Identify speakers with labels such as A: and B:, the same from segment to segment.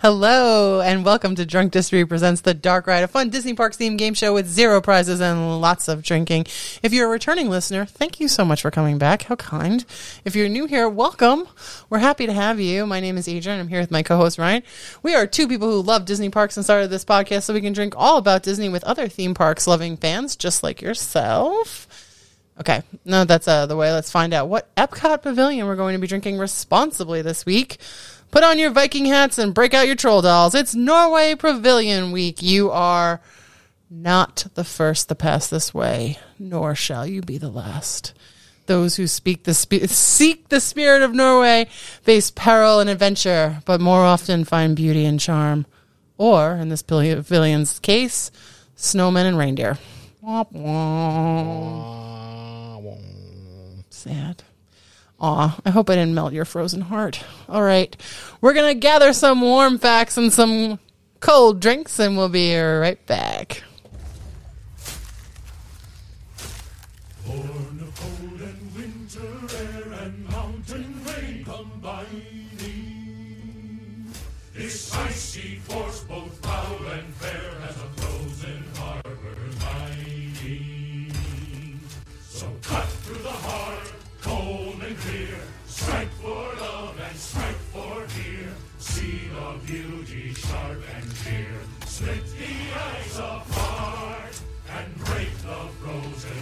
A: Hello, and welcome to Drunk History Presents the Dark Ride, a fun Disney Parks themed game show with zero prizes and lots of drinking. If you're a returning listener, thank you so much for coming back. How kind. If you're new here, welcome. We're happy to have you. My name is Adrian. I'm here with my co host, Ryan. We are two people who love Disney parks and started this podcast so we can drink all about Disney with other theme parks loving fans just like yourself. Okay, no, that's out of the way. Let's find out what Epcot Pavilion we're going to be drinking responsibly this week. Put on your Viking hats and break out your troll dolls. It's Norway Pavilion Week. You are not the first to pass this way, nor shall you be the last. Those who speak the spe- seek the spirit of Norway face peril and adventure, but more often find beauty and charm, or in this pavilion's case, snowmen and reindeer. Womp womp. Sad. Aw, I hope I didn't melt your frozen heart. All right. We're going to gather some warm facts and some cold drinks, and we'll be right back.
B: Born of cold and winter air and mountain rain combining. His icy force both foul and fair has a frozen harbor mining. So cut through the heart, cold and clear. Strike for love and strike for fear. See the beauty sharp and clear. Split the ice apart and break the frozen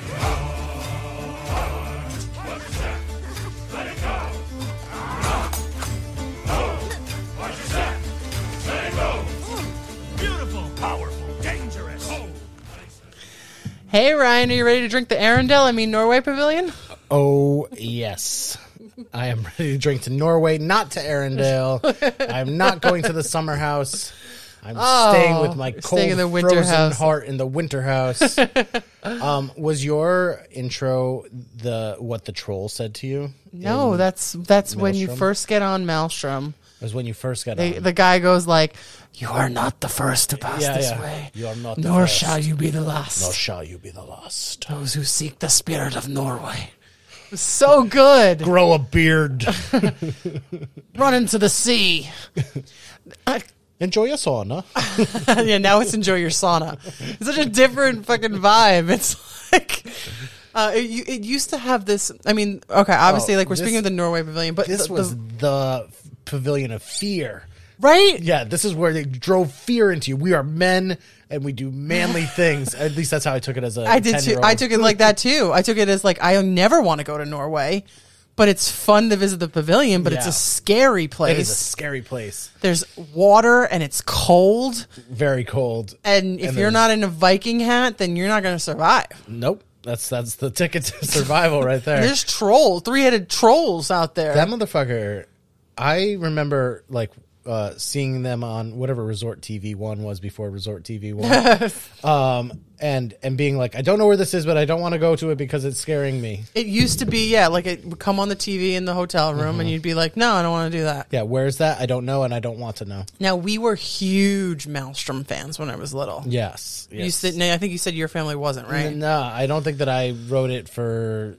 B: Beautiful, powerful, dangerous.
A: Hey, Ryan, are you ready to drink the Arendelle? I mean, Norway Pavilion?
C: Oh yes, I am ready to drink to Norway, not to Arendelle. I'm not going to the summer house. I'm staying with
A: Oh,
C: my
A: you're
C: cold,
A: staying in the winter
C: frozen
A: house.
C: heart in the winter house. um, was your intro the what the troll said to you?
A: No, that's that's when you
C: Maelstrom?
A: first get on Maelstrom.
C: It was when you first got
A: The,
C: on.
A: the guy goes like, "You are not the first to pass
C: Yeah,
A: this
C: yeah.
A: way.
C: You are not the
A: nor
C: first.
A: shall you be the last.
C: Nor shall you be the last.
A: Those who seek the spirit of Norway." So good.
C: Grow a beard.
A: Run into the sea.
C: Enjoy a sauna.
A: yeah, now it's enjoy your sauna. It's such a different fucking vibe. It's like uh, it, you- it used to have this. I mean, okay, obviously,
C: Oh,
A: like we're
C: this-
A: speaking of the Norway Pavilion, but
C: This
A: the-
C: was
A: the-
C: the pavilion of fear.
A: right.
C: Yeah, this is where they drove fear into you. We are men and we do manly things. At least that's how I took it as a.
A: I did too.
C: 10-year-old.
A: I took it like that too. I took it as like I never want to go to Norway, but it's fun to visit the pavilion. But it's
C: Yeah.
A: a scary
C: It is a
A: place.
C: scary place.
A: There's water and it's cold.
C: Very cold.
A: And if
C: And
A: you're
C: there's-
A: not in a Viking hat, then you're not going to survive.
C: Nope. That's that's the ticket to survival right there.
A: There's trolls, three headed trolls out there.
C: that motherfucker. I remember like uh, seeing them on whatever Resort TV one was before Resort TV one, um, and and being like, I don't know where this is, but I don't want to go to it because it's scaring me.
A: It used to be, yeah, like it would come on the TV in the hotel room, and you'd be like, "No, I don't want to do that."
C: Mm-hmm. Yeah, where's that? I don't know, and I don't want to know.
A: Now we were huge Maelstrom fans when I was little.
C: Yes. yes.
A: You said, no, I think you said your family wasn't right.
C: No, I don't think that I wrote it for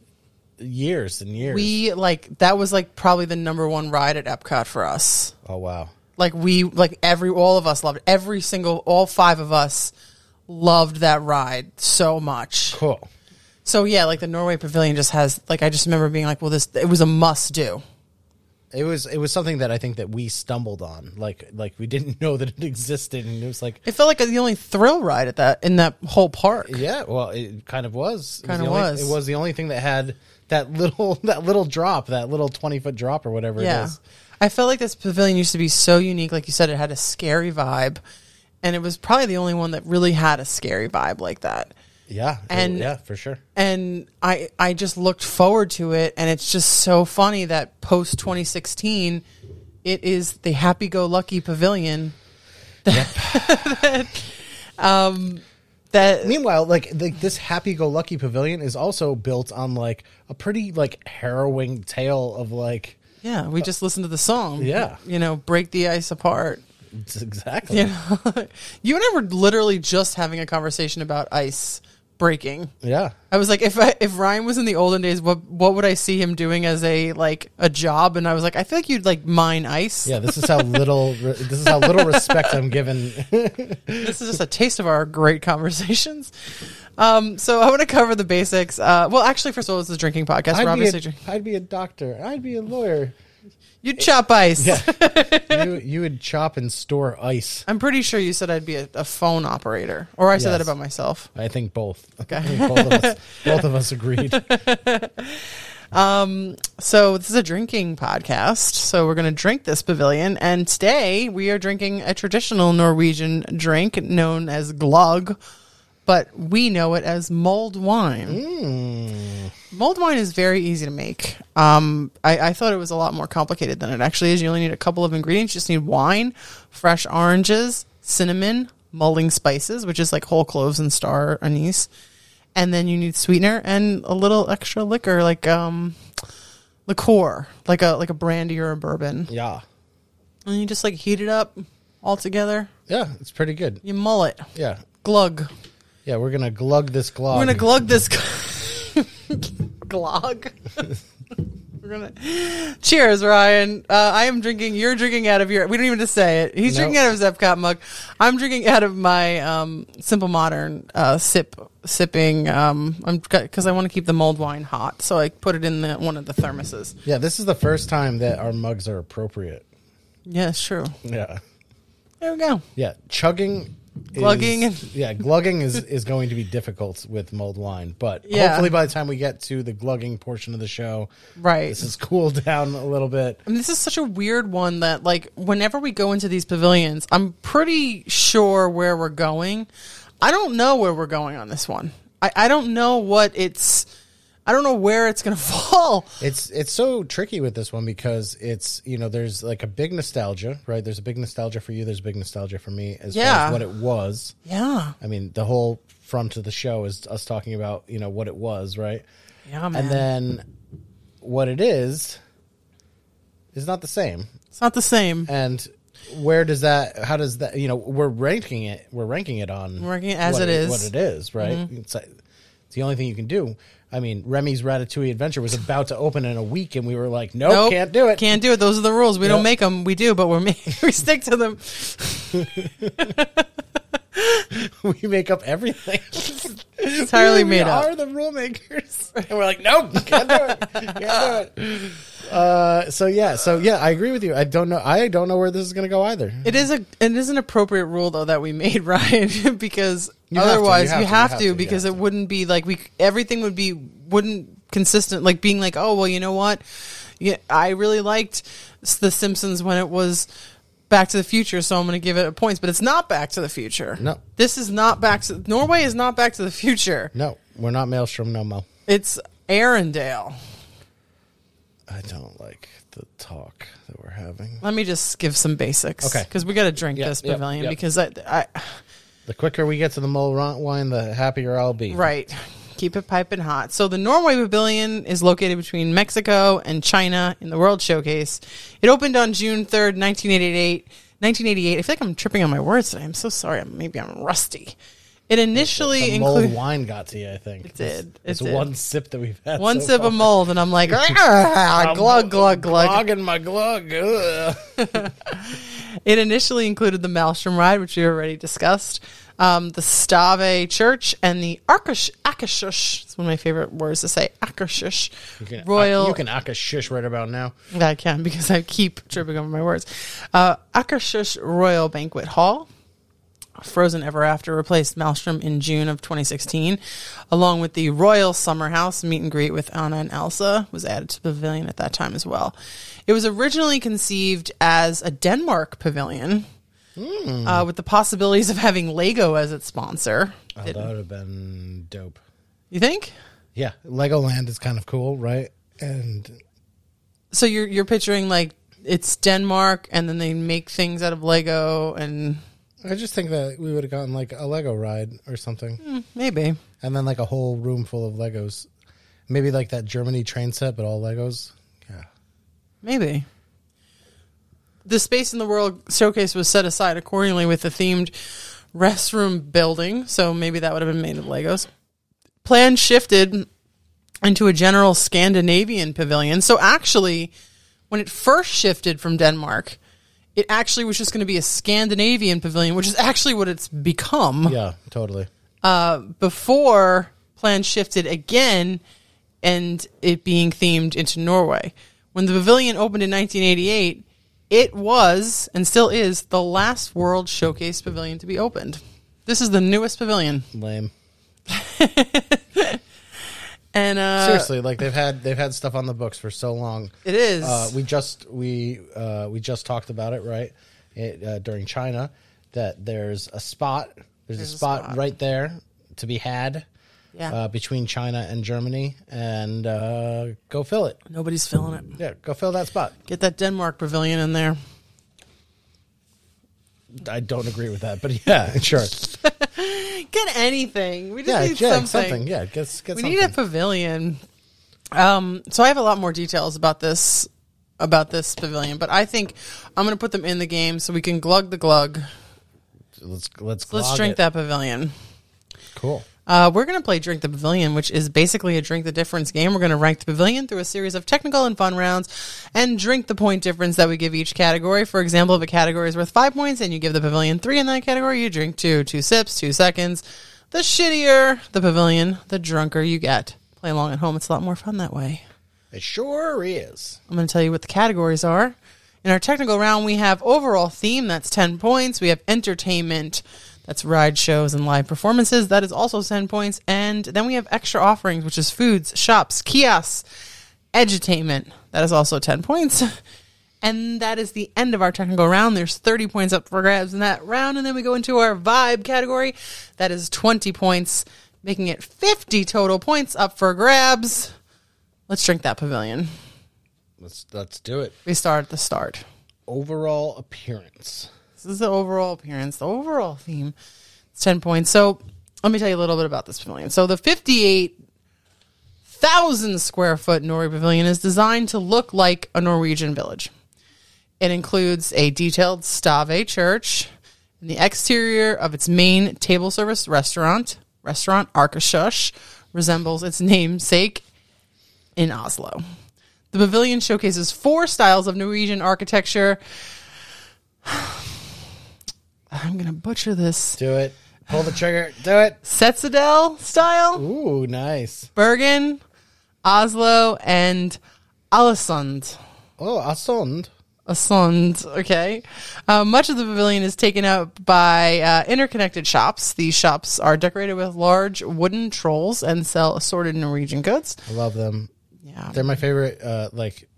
C: years and years.
A: We like that was like probably the number one ride at Epcot for us.
C: oh wow.
A: Like we like every all of us loved every single all five of us loved that ride so much.
C: Cool.
A: So yeah, like the Norway Pavilion just has like I just remember being like, well, this it was a must do.
C: It was it was something that I think that we stumbled on. Like like we didn't know that it existed and it was like
A: It felt like the only thrill ride at that in that whole park.
C: yeah, well it kind of was. It was
A: Kinda
C: the only-
A: was.
C: It was the only thing that had that little that little drop, that little 20 foot drop or whatever it is.
A: I felt like this pavilion used to be so unique. Like you said, it had a scary vibe. And it was probably the only one that really had a scary vibe like that.
C: Yeah. it-
A: And-
C: yeah, for sure.
A: And I, I just looked forward to it. And it's just so funny that post 2016, it is the happy go lucky pavilion. That, um, that
C: Meanwhile, like the, this happy-go-lucky pavilion is also built on like a pretty like harrowing tale of like
A: yeah, we just listened to the song.
C: Yeah.
A: You know, break the ice apart.
C: exactly
A: you and I were literally just having a conversation about ice breaking.
C: Yeah.
A: I was like, if I, if Ryan was in the olden days, what what would I see him doing as a like a job? And I was like, I feel like you'd like mine ice.
C: Yeah, this is how little re- this is how little respect I'm given.
A: this is just a taste of our great conversations. Um, so I want to cover the basics. Uh, well, actually, first of all, it's a drinking podcast. We're
C: I'd be,
A: obviously
C: a,
A: drink-
C: I'd be a doctor. I'd be a lawyer.
A: you
C: Eh,
A: chop ice.
C: You you would chop and store ice.
A: I'm pretty sure you said I'd be a, a phone operator, or I said that
C: Yes.
A: about myself.
C: I think both.
A: Okay.
C: I think both, of us, both of us agreed.
A: So this is a drinking podcast. So we're going to drink this pavilion, and today we are drinking a traditional Norwegian drink known as glögg, but we know it as mulled wine. Mulled wine is very easy to make. Um, I, I thought it was a lot more complicated than it actually is. You only need a couple of ingredients. You just need wine, fresh oranges, cinnamon, mulling spices, which is like whole cloves and star anise, and then you need sweetener and a little extra liquor, like um, liqueur, like a like a brandy or a bourbon,
C: Yeah.
A: and you just like heat it up all together.
C: Yeah, it's pretty good.
A: You mull it,
C: Yeah.
A: glug.
C: Yeah, we're going to glug this glog.
A: We're gonna glug this glog. We're gonna cheers, Ryan. Uh, I am drinking. You're drinking out of your. We don't even just say it. He's
C: No.
A: drinking out of his Epcot mug. I'm drinking out of my um, simple modern uh, sip sipping. Um, I'm because I want to keep the mulled wine hot, so I put it in the, one of the thermoses.
C: yeah, this is the first time that our mugs are appropriate.
A: Yeah, it's true.
C: Yeah.
A: There we go.
C: Yeah, chugging
A: Glugging
C: is,
A: and-
C: yeah, glugging is is going to be difficult with mulled wine, but
A: Yeah.
C: hopefully by the time we get to the glugging portion of the show,
A: Right.
C: this has cooled down a little bit.
A: And this is such a weird one that, like, whenever we go into these pavilions, I'm pretty sure where we're going. I don't know where we're going on this one. I, I don't know what it's. I don't know where it's going to fall.
C: It's it's so tricky with this one because it's you know there's like a big nostalgia, right? There's a big nostalgia for you. There's a big nostalgia for me as far
A: Yeah.
C: as what it was.
A: Yeah.
C: I mean, the whole front of the show is us talking about you know what it was, right?
A: Yeah, Oh, man.
C: And then what it is is not the same.
A: it's not the same.
C: and where does that how does that you know we're ranking it we're ranking it on
A: We're ranking it as
C: what
A: it is. Mm-hmm.
C: what it is right it's, like- it's the only thing you can do i mean remy's ratatouille adventure was about to open in a week and we were like nope,
A: Nope.
C: oh, can't do it
A: Can't do it. Those are the rules. We
C: Yep.
A: don't make them. We do, but we're ma- we stick to them.
C: we make up everything
A: Entirely
C: we
A: made up.
C: are the rule makers and we're like nope can't do it can't do it uh, so yeah so yeah i agree with you i don't know i don't know where this is going to go either
A: It is a it is an appropriate rule though that we made Ryan because
C: You have to,
A: otherwise you
C: you have to, you
A: have,
C: have
A: to,
C: to, you
A: because
C: have
A: it wouldn't be like we everything would be wouldn't consistent like being like oh well you know what yeah I really liked s- the Simpsons when it was Back to the Future so I'm going to give it a points but it's not Back to the Future
C: No. Mm-hmm.
A: this is not Back to Norway is not Back to the Future
C: no we're not maelstrom no mo
A: it's Arendelle
C: i don't like the talk that we're having
A: let me just give some basics
C: Okay.
A: because we got to drink
C: Yeah,
A: this
C: yeah,
A: pavilion
C: yeah.
A: because I, I
C: The quicker we get to the mulled wine, the happier I'll be.
A: Right. Keep it piping hot. So the Norway Pavilion is located between Mexico and China in the World Showcase. It opened on June 3rd, 1988. 1988. I feel like I'm tripping on my words today. I'm so sorry. I'm- Maybe I'm rusty. It initially
C: The mulled
A: included
C: wine got to you, I think. It
A: did. It
C: It's
A: did.
C: one sip that we've had.
A: one
C: so
A: sip
C: far.
A: of mold, and I'm like, "Ah, glug, glug, glug.
C: Glug in my glug. Ugh.
A: It initially included the Maelstrom ride, which we already discussed, um, the Stave Church, and the Akersh. Akershush. It's one of my favorite words to say. Akershush.
C: You can-
A: Royal.
C: You can ack a shush right about now.
A: that I can because I keep tripping over my words. Uh, Akershus Royal Banquet Hall. Frozen Ever After replaced Maelstrom in June of 2016, along with the Royal Summer House meet and greet with Anna and Elsa was added to the pavilion at that time as well. It was originally conceived as a Denmark pavilion, uh, with the possibilities of having Lego as its sponsor.
C: Oh, that would have been dope.
A: You think?
C: Yeah. Legoland is kind of cool, right? And
A: So you're you're picturing like it's Denmark, and then they make things out of Lego and.
C: I just think that we would have gotten like a Lego ride or something.
A: Hmm. Maybe.
C: And then like a whole room full of Legos. Maybe like that Germany train set, but all Legos. Yeah.
A: Maybe. The space in the world showcase was set aside accordingly with the themed restroom building, so maybe that would have been made of Legos. plan shifted into a general Scandinavian pavilion. So actually, when it first shifted from Denmark, it actually was just going to be a Scandinavian pavilion, which is actually what it's become
C: Yeah, totally.
A: before plans shifted again and it being themed into Norway. When the pavilion opened in 1988, it was and still is the last World Showcase pavilion to be opened. This is the newest pavilion.
C: Lame.
A: And uh,
C: Seriously, like they've had they've had stuff on the books for so long.
A: it is.
C: Uh, we just we uh, we just talked about it right it, uh, during China that there's a spot there's, a, spot right there to be had
A: Yeah.
C: uh, between China and Germany and uh, go fill it
A: Nobody's filling it.
C: yeah go fill that spot
A: Get that Denmark pavilion in there.
C: I don't agree with that but yeah sure
A: Get anything. We just
C: yeah, yeah
A: need
C: something.
A: something.
C: yeah get, get
A: we
C: something
A: need a pavilion. Um, so I have a lot more details about this about this pavilion, but I think I'm going to put them in the game so we can glug the glug.
C: let's let's
A: Let's
C: log
A: drink
C: it.
A: that pavilion.
C: cool
A: Uh, we're going to play Drink the Pavilion, which is basically a Drink the Difference game. We're going to rank the pavilion through a series of technical and fun rounds and drink the point difference that we give each category. For example, if a category is worth five points and you give the pavilion three in that category, you drink two. Two sips, two seconds. The shittier the pavilion, the drunker you get. Play along at home. It's a lot more fun that way.
C: it sure is
A: I'm going to tell you what the categories are. In our technical round, we have overall theme, that's 10 points. We have entertainment, that's ride shows and live performances, that is also 10 points. And then we have extra offerings, which is foods, shops, kiosks, edutainment, that is also 10 points. And that is the end of our technical round. There's 30 points up for grabs in that round. And then we go into our vibe category, that is 20 points, making it 50 total points up for grabs. Let's drink that pavilion.
C: let's let's do it
A: We start at the start.
C: overall appearance
A: This is the overall appearance, the overall theme. It's 10 points. So let me tell you a little bit about this pavilion. So the 58,000 square foot Norway pavilion is designed to look like a Norwegian village. It includes a detailed stave church and the exterior of its main table service restaurant, restaurant Arkashush, resembles its namesake in Oslo. The pavilion showcases four styles of Norwegian architecture. I'm going to butcher this.
C: do it pull the trigger do it
A: Setsedel style,
C: ooh nice
A: Bergen, Oslo, and Alessand.
C: oh Asund
A: Asund, okay. Uh, much of the pavilion is taken up by uh, interconnected shops. These shops are decorated with large wooden trolls and sell assorted Norwegian goods.
C: I love them
A: Yeah.
C: They're my favorite. Uh, like,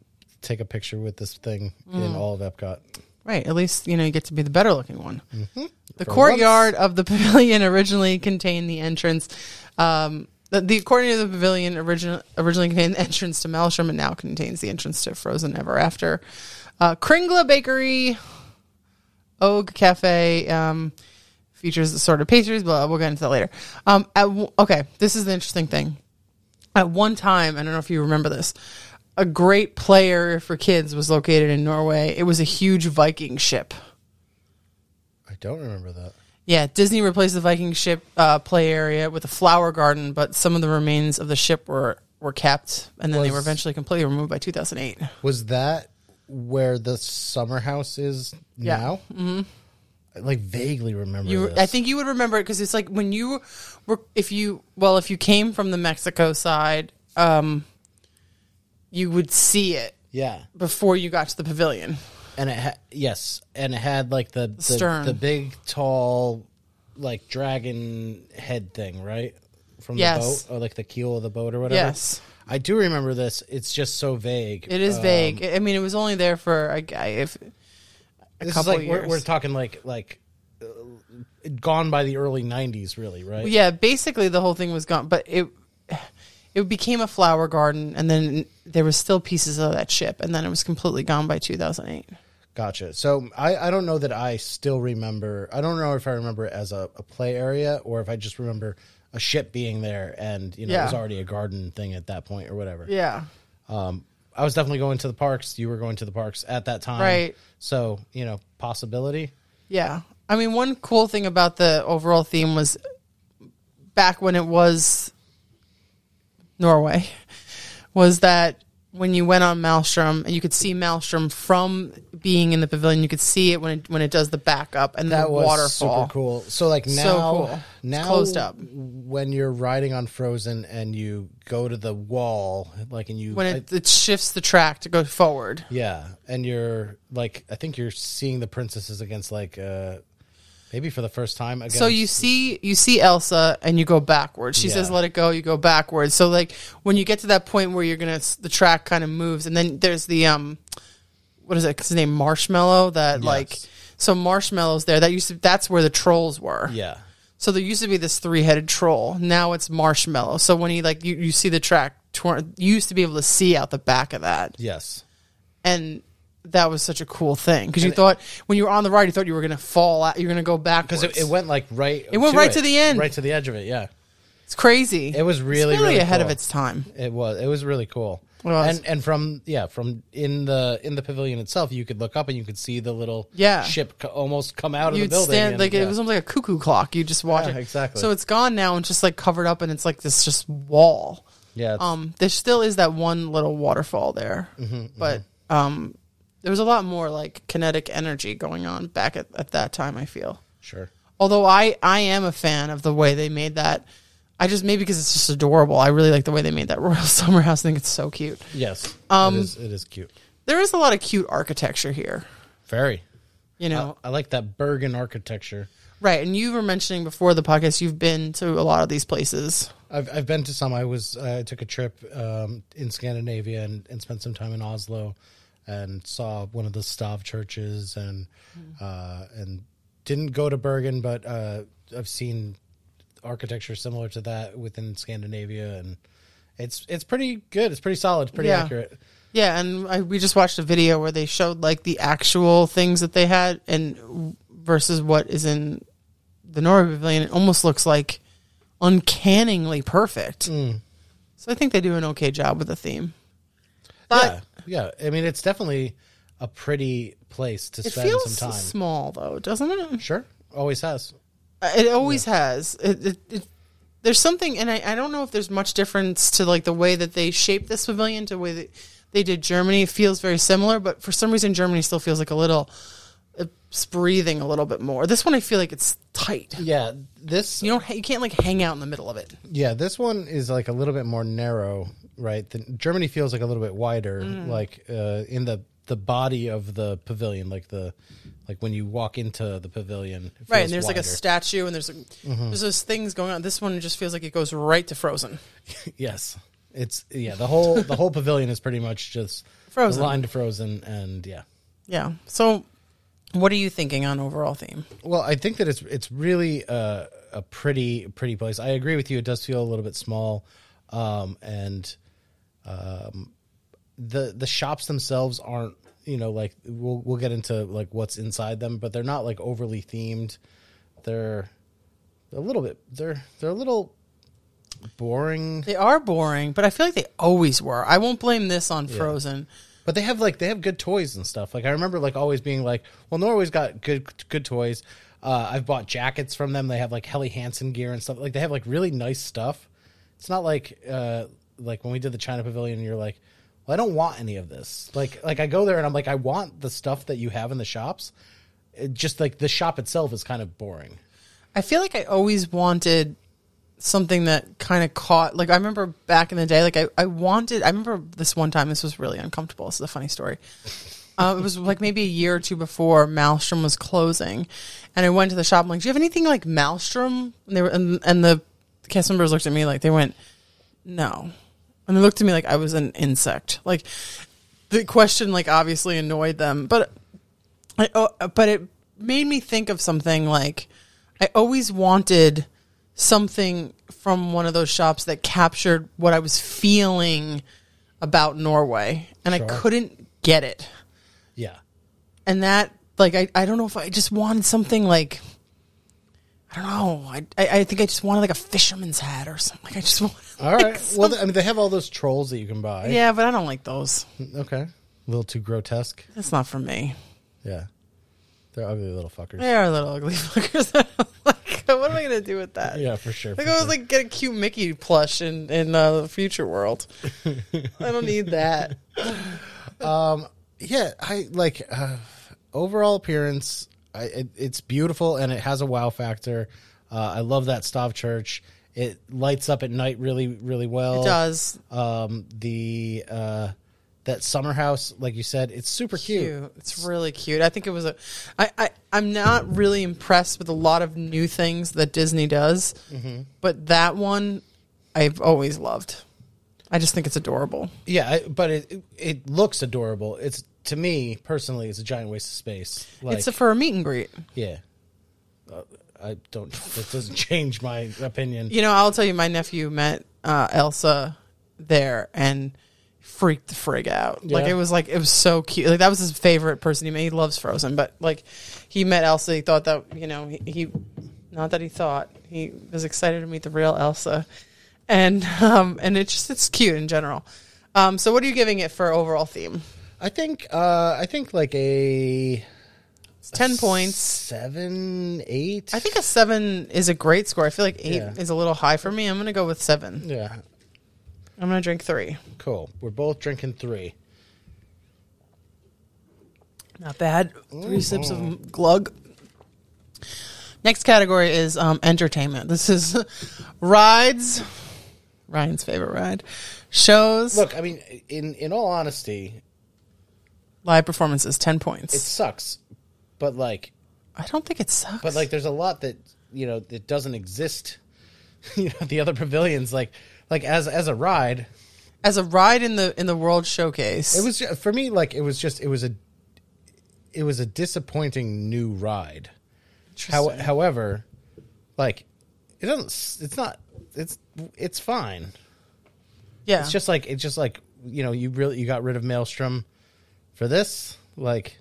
C: take a picture with this thing
A: Mm.
C: in all of Epcot.
A: Right. At least, you know, you get to be the better looking one. The courtyard of the pavilion originally contained the entrance. Um, the, the courtyard of the pavilion origin, originally contained the entrance to Maelstrom and now contains the entrance to Frozen Ever After. Uh, Kringla Bakery, Og Cafe, um, features assorted pastries, blah, we'll get into that later. Um, at, w- okay, this is the interesting thing at one time, I don't know if you remember this, a great player for kids was located in Norway. It was a huge Viking ship.
C: I don't remember that.
A: Yeah, Disney replaced the Viking ship uh, play area with a flower garden, but some of the remains of the ship were, were kept, and then they were
C: Was-
A: eventually completely removed by 2008.
C: Was that where the summer house is
A: Yeah.
C: now? Mm-hmm. I, like vaguely remember.
A: You,
C: this.
A: I think you would remember it because it's like when you were, if you, well, if you came from the Mexico side, um, you would see it
C: Yeah,
A: before you got to the pavilion.
C: and it ha- yes, and it had like the the,
A: Stern.
C: the big tall like dragon head thing, right? From
A: Yes.
C: the boat, or like the keel of the boat, or whatever.
A: Yes.
C: I do remember this. It's just so vague. Uh,
A: It is vague. I I mean, it was only there for a guy. If
C: this
A: couple
C: is like We're,
A: years.
C: we're talking like like uh, gone by the early '90s, really, right?
A: yeah, basically the whole thing was gone. But it it became a flower garden, and then there was still pieces of that ship, and then it was completely gone by 2008.
C: Gotcha. So I, I don't know that I still remember. I don't know if I remember it as a, a play area or if I just remember a ship being there and you know it was
A: Yeah.
C: already a garden thing at that point or whatever.
A: Yeah,
C: Um, I was definitely going to the parks. You were going to the parks at that time,
A: Right.
C: So you know, possibility.
A: yeah. I mean, one cool thing about the overall theme was back when it was Norway was that when you went on Maelstrom, you could see Maelstrom from being in the pavilion. You could see it when it when it does the back up and
C: that
A: the
C: was
A: waterfall.
C: super cool. So like now,
A: cool. It's
C: now
A: closed up.
C: when you're riding on Frozen and you go to the wall, like and you
A: When it, it shifts the track to go forward.
C: yeah, and you're like I think you're seeing the princesses against like uh maybe for the first time against
A: So you see you see Elsa and you go backwards. She says
C: Yeah.
A: let it go, you go backwards. So like when you get to that point where you're going to the track kind of moves and then there's the um what is it? His name Marshmallow that like so Marshmallow's there. That used to that's where the trolls were.
C: yeah
A: So there used to be this three-headed troll. Now it's Marshmallow. So when he like you, you see the track toward, you used to be able to see out the back of that.
C: yes
A: And that was such a cool thing because you thought when you were on the ride, you thought you were going to fall out. You're going to go backwards.
C: because it, it went like right it
A: went right to the end.
C: right to the edge of it yeah
A: It's crazy.
C: it was really
A: really,
C: really
A: ahead of
C: cool.
A: its time.
C: It was. It was really cool.
A: was.
C: And and from yeah from in the in the pavilion itself, you could look up and you could see the little
A: Yeah.
C: ship co- almost come out of the
A: You'd
C: building.
A: stand
C: and-
A: like
C: yeah.
A: it was almost like a cuckoo clock. You just watch
C: Yeah,
A: it
C: exactly.
A: So it's gone now and just like covered up, and it's like this just wall.
C: yeah. it's-
A: Um, there still is that one little waterfall there,
C: Mm-hmm,
A: but um, there was a lot more like kinetic energy going on back at, at that time. I feel.
C: sure.
A: Although I I am a fan of the way they made that. I just maybe because it's just adorable. I really like the way they made that Royal Summer House. I think it's so cute.
C: Yes.
A: Um,
C: it, is, it is cute.
A: There is a lot of cute architecture here.
C: Very.
A: You know,
C: I like that Bergen architecture.
A: Right, and you were mentioning before the podcast you've been to a lot of these places.
C: I've I've been to some. I was uh, I took a trip um, in Scandinavia and, and spent some time in Oslo, and saw one of the Stav churches and
A: Mm.
C: uh, and didn't go to Bergen, but uh, I've seen architecture similar to that within Scandinavia, and it's it's pretty good. It's pretty solid. It's pretty
A: Yeah.
C: accurate.
A: Yeah, and I, we just watched a video where they showed like the actual things that they had and versus what is in the Norway Pavilion. It almost looks like uncannily perfect.
C: Hmm.
A: So I think they do an okay job with the theme. But
C: yeah, yeah. I mean, it's definitely a pretty place to
A: it
C: spend
A: feels
C: some time.
A: small though, doesn't it?
C: sure, always has.
A: It always has. It, it, it, there's something, and I, I don't know if there's much difference to like the way that they shaped this pavilion to the way that they did Germany. It feels very similar, but for some reason, Germany still feels like a little, uh, it's breathing a little bit more. This one, I feel like it's tight.
C: Yeah, this
A: You don't, ha- you can't like hang out in the middle of it.
C: Yeah, this one is like a little bit more narrow, right? The, Germany feels like a little bit wider,
A: Mm.
C: like uh, in the the body of the pavilion, like the like when you walk into the pavilion, it
A: Right,
C: feels
A: and there's like a
C: wider. Mm-hmm.
A: statue, and there's like, there's those things going on. This one just feels like it goes right to Frozen.
C: yes, it's yeah. The whole the whole pavilion is pretty much just
A: Frozen.
C: lined frozen, and yeah.
A: Yeah. So, what are you thinking on overall theme?
C: Well, I think that it's it's really a, a pretty pretty place. I agree with you. It does feel a little bit small, um, and um, the the shops themselves aren't you know like we'll we'll get into like what's inside them, but they're not like overly themed. They're a little bit they're they're a little boring,
A: They are boring, but I feel like they always were. I won't blame this on Frozen.
C: but they have like they have good toys and stuff. Like I remember like always being like, well, Norway's got good good toys. Uh, I've bought jackets from them. They have like Helly Hansen gear and stuff. Like they have like really nice stuff. It's not like uh, like when we did the China Pavilion, you're like, well, I don't want any of this. Like like I go there and I'm like, I want the stuff that you have in the shops. It just like the shop itself is kind of boring.
A: I feel like I always wanted something that kind of caught like I remember back in the day like I, I wanted I remember this one time this was really uncomfortable this is a funny story uh, it was like maybe a year or two before Maelstrom was closing and I went to the shop I'm like do you have anything like Maelstrom and they were and, and the cast members looked at me like they went no and they looked at me like I was an insect like the question like obviously annoyed them but I, oh, but it made me think of something like I always wanted something from one of those shops that captured what I was feeling about Norway, and
C: Sure.
A: I couldn't get it.
C: Yeah,
A: And that, like, I, I don't know if I just wanted something like. I don't know. I, I I think I just wanted like a fisherman's hat or something. Like I just wanted.
C: all right. well, th- I mean, they have all those trolls that you can buy.
A: Yeah, but I don't like those.
C: okay. A little too grotesque.
A: That's not for me.
C: Yeah, they're ugly little fuckers.
A: They are little ugly fuckers. I don't like what am I gonna do with that?
C: Yeah, for sure.
A: Like
C: for
A: I was
C: sure.
A: like get a cute Mickey plush in in uh, the future world. I don't need that.
C: yeah, I like uh, overall appearance. I, it, it's beautiful and it has a wow factor. Uh, I love that Stav Church. It lights up at night really, really well.
A: It does.
C: Um, the uh, that summer house, like you said, it's super cute.
A: cute. It's really cute. I think it was a. I, I I'm not really impressed with a lot of new things that Disney does,
C: Mm-hmm.
A: but that one I've always loved. I just think it's adorable.
C: Yeah, I, but it, it it looks adorable. It's to me personally, it's a giant waste of space. Like,
A: it's a, for a meet and greet.
C: yeah. Uh, I don't. That doesn't change my opinion.
A: You know, I'll tell you, my nephew met uh, Elsa there and freaked the frig out. Like
C: Yeah.
A: it was like it was so cute. Like that was his favorite person he met. He loves Frozen, but like he met Elsa, he thought that you know he, he not that he thought he was excited to meet the real Elsa, and um and it just it's cute in general. Um, so what are you giving it for overall theme?
C: I think. Uh, I think like a
A: It's Ten points.
C: seven, eight.
A: I think a seven is a great score. I feel like eight
C: Yeah.
A: is a little high for me. I'm gonna go with seven.
C: Yeah.
A: I'm gonna drink three.
C: Cool. We're both drinking three.
A: Not bad. 3 sips of
C: Mm-hmm.
A: glug. Next category is um, entertainment. This is rides. Ryan's favorite ride. Shows.
C: Look, I mean, in in all honesty,
A: Live performances, 10 points.
C: it sucks, but like,
A: I don't think it sucks.
C: but like, there's a lot that you know that doesn't exist. You know, at the other pavilions, like, like as as a ride,
A: As a ride in the in the World Showcase.
C: it was ju- for me like it was just it was a it was a disappointing new ride. How,
A: Interesting.
C: however, like, it doesn't. s- It's not. It's it's fine.
A: yeah.
C: It's just like it's just like you know you really you got rid of Maelstrom for this. Like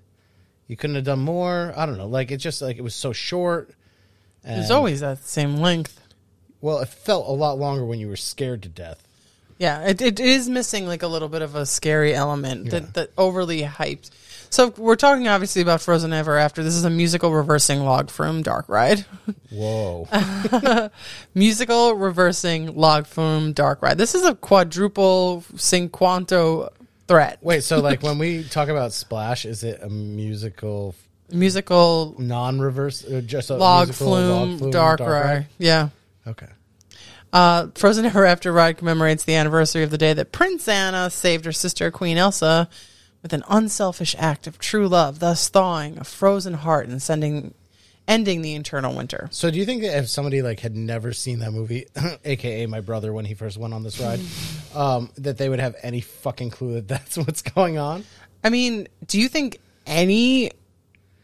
C: you couldn't have done more. I don't know. Like it's just like it was so short. And,
A: it's always that same length.
C: well, it felt a lot longer when you were scared to death.
A: Yeah, it, it is missing like a little bit of a scary element that, that overly hyped. So we're talking obviously about Frozen Ever After. This is a musical reversing log from Dark Ride.
C: Whoa!
A: musical reversing log flume dark ride this is a quadruple cinquanto threat
C: Wait, so like when we talk about Splash, is it a musical
A: musical
C: non-reverse or just a
A: log
C: musical
A: flume, dark, ride. yeah
C: Okay.
A: uh, frozen ever after ride commemorates the anniversary of the day that prince anna saved her sister queen elsa with an unselfish act of true love thus thawing a frozen heart and sending ending the eternal winter
C: So do you think that if somebody like had never seen that movie, aka my brother when he first went on this ride, um, that they would have any fucking clue that that's what's going on?
A: I mean, do you think any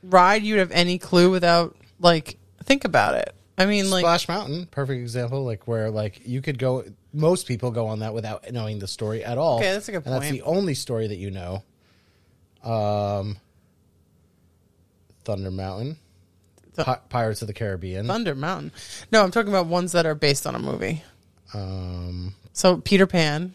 A: ride you'd have any clue without like think about it? I mean, like
C: Splash Mountain, perfect example, like where like you could go. Most people go on that without knowing the story at all.
A: Okay, that's a good
C: And that's
A: point.
C: the only story that you know. Um, Thunder Mountain,
A: Thu-
C: Pi- Pirates of the Caribbean,
A: Thunder Mountain. No, I'm talking about ones that are based on a movie.
C: um,
A: So Peter Pan.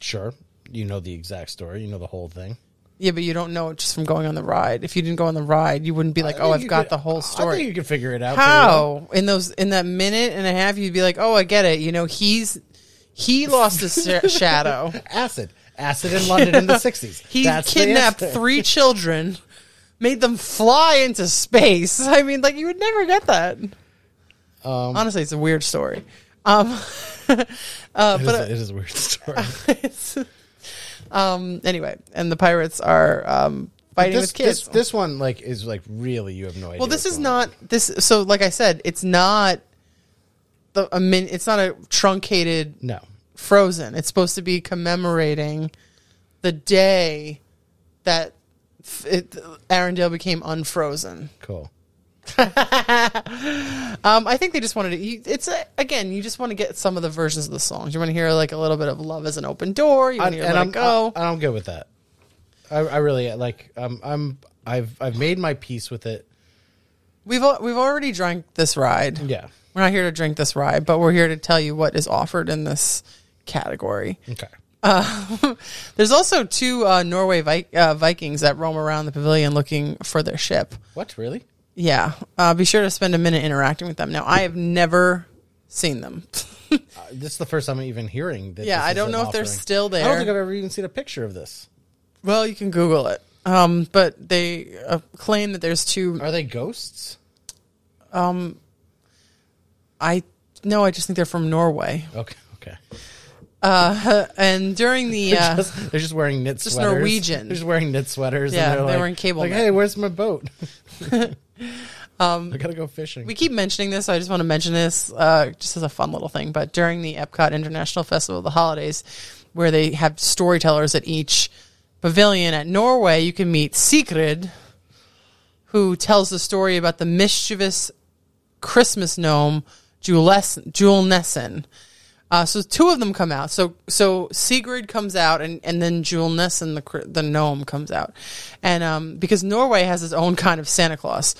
C: sure, you know the exact story, you know the whole thing.
A: Yeah, but you don't know it just from going on the ride. If you didn't go on the ride, you wouldn't be like,
C: I
A: "Oh,
C: think
A: I've
C: you
A: got
C: could-
A: the whole
C: I think
A: story."
C: you can figure it out. pretty well.
A: How in those in that minute and a half, you'd be like, "Oh, I get it." You know, he's he lost his sh- shadow.
C: Acid, acid in London in the '60s.
A: He
C: That's the
A: kidnapped
C: answer.
A: three children, made them fly into space. I mean, like you would never get that.
C: Um,
A: Honestly, it's a weird story. Um, uh,
C: It is,
A: but
C: a, it is a weird story.
A: it's, um, anyway, and the pirates are um, fighting
C: this,
A: with kids.
C: this this one like is like really you have no idea.
A: well, this
C: what's
A: is
C: going on.
A: not this. So, like I said, it's not the a min. It's not a truncated
C: no.
A: Frozen. It's supposed to be commemorating the day that f- it, Arendelle became unfrozen.
C: Cool.
A: Um, I think they just wanted to. you- It's a, again, you just want to get some of the versions of the songs. You want to hear like a little bit of "Love Is an Open Door." You want to
C: And,
A: hear
C: and
A: "Let
C: I'm
A: It Go."
C: I, I'm good with that. I, I really like. Um, I'm. I've. I've made my peace with it.
A: we've al- we've already drank this ride.
C: Yeah.
A: We're not here to drink this ride, but we're here to tell you what is offered in this category.
C: Okay.
A: There's also two uh, Norway Vi- uh, Vikings that roam around the pavilion looking for their ship.
C: What really?
A: Yeah. Uh, be sure to spend a minute interacting with them. Now, I have never seen them.
C: Uh, This is the first time I'm even hearing that.
A: Yeah,
C: this
A: I
C: is
A: don't
C: an
A: know if they're
C: offering.
A: still
C: I
A: there.
C: don't think I've ever even seen a picture of this.
A: well, you can Google it. Um, but they uh, claim that there's two.
C: Are they ghosts?
A: I no, I just think they're from Norway.
C: Okay, okay.
A: And during the uh,
C: They're, just, they're just wearing knit
A: Just
C: sweaters.
A: Norwegian.
C: They're just wearing knit sweaters.
A: Yeah,
C: and they're
A: they
C: like,
A: were in cable
C: Like,
A: knit.
C: hey, where's my boat? um, I gotta go fishing.
A: we keep mentioning this, so I just want to mention this uh, just as a fun little thing. But during the Epcot International Festival of the Holidays, where they have storytellers at each pavilion at Norway, you can meet Sigrid, who tells the story about the mischievous Christmas gnome Jules Jule Nesson. Uh, so two of them come out. So so Sigrid comes out, and and then Jule Nesson the cr- the gnome comes out, and um because Norway has its own kind of Santa Claus,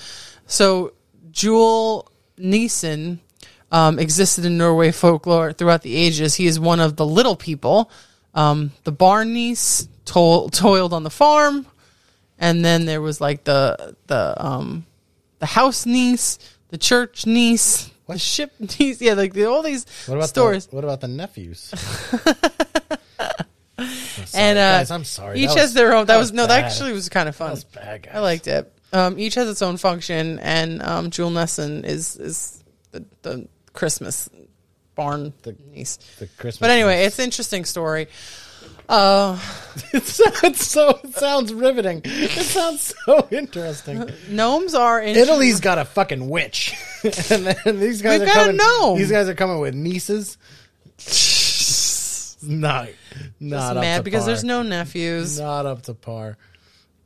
A: so Jule Nesson um, existed in Norway folklore throughout the ages. He is one of the little people, um, the barn niece toil, toiled on the farm, and then there was like the the um the house niece, the church niece, the ship niece. Yeah, like the, all these
C: what about
A: stories.
C: The, what about the nephews?
A: and uh,
C: guys, I'm sorry.
A: Each
C: That
A: has
C: was-
A: their own. That,
C: that
A: was,
C: was
A: no. That
C: bad.
A: actually was kind of fun.
C: was bad, guys.
A: I liked it. Um, each has its own function, and um, Jewel Nesson is is the, the Christmas barn niece.
C: the Christmas.
A: But anyway, it's an interesting story. Uh,
C: it sounds so. It sounds riveting. It sounds so interesting.
A: Gnomes are in
C: Italy's got a fucking witch, and then these guys
A: We've
C: are
A: got a
C: coming.
A: gnome.
C: These guys are coming with nieces. Not, not up to
A: mad because
C: par.
A: there's no nephews.
C: not up to par.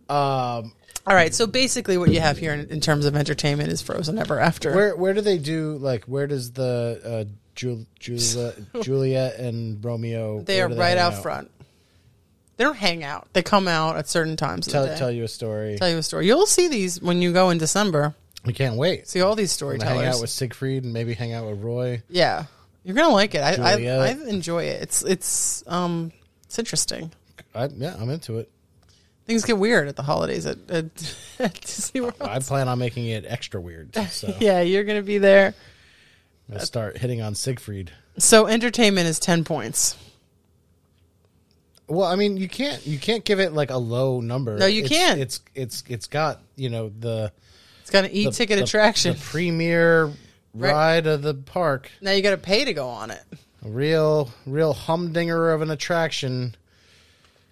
C: Um,
A: All right, so basically, what you have here in, in terms of entertainment is Frozen Ever After.
C: where where do they do like? Where does the uh, Jul- Jula, Juliet and Romeo?
A: they
C: where
A: are
C: do
A: right
C: hang
A: out front. They don't hang out. They come out at certain times. of the
C: Tell,
A: day.
C: tell you a story.
A: Tell you a story. You'll see these when you go in December.
C: we can't wait.
A: See all these
C: to hang
A: storytellers.
C: out with Siegfried and maybe hang out with Roy.
A: yeah, you're gonna like it. I, I
C: Juliet.
A: I enjoy it. It's it's um it's interesting.
C: I, yeah, I'm into it.
A: Things get weird at the holidays at, at, at Disney World.
C: I plan on making it extra weird. So
A: yeah, you're gonna be there.
C: I'll start hitting on Siegfried.
A: So entertainment is ten points.
C: Well, I mean, you can't you can't give it like a low number.
A: No, you
C: It's-
A: can't.
C: It's it's it's got you know the
A: It's got an
C: the-
A: e-ticket
C: the-
A: attraction.
C: the premier
A: Right.
C: ride of the park,
A: now you got to pay to go on it.
C: a real real humdinger of an attraction.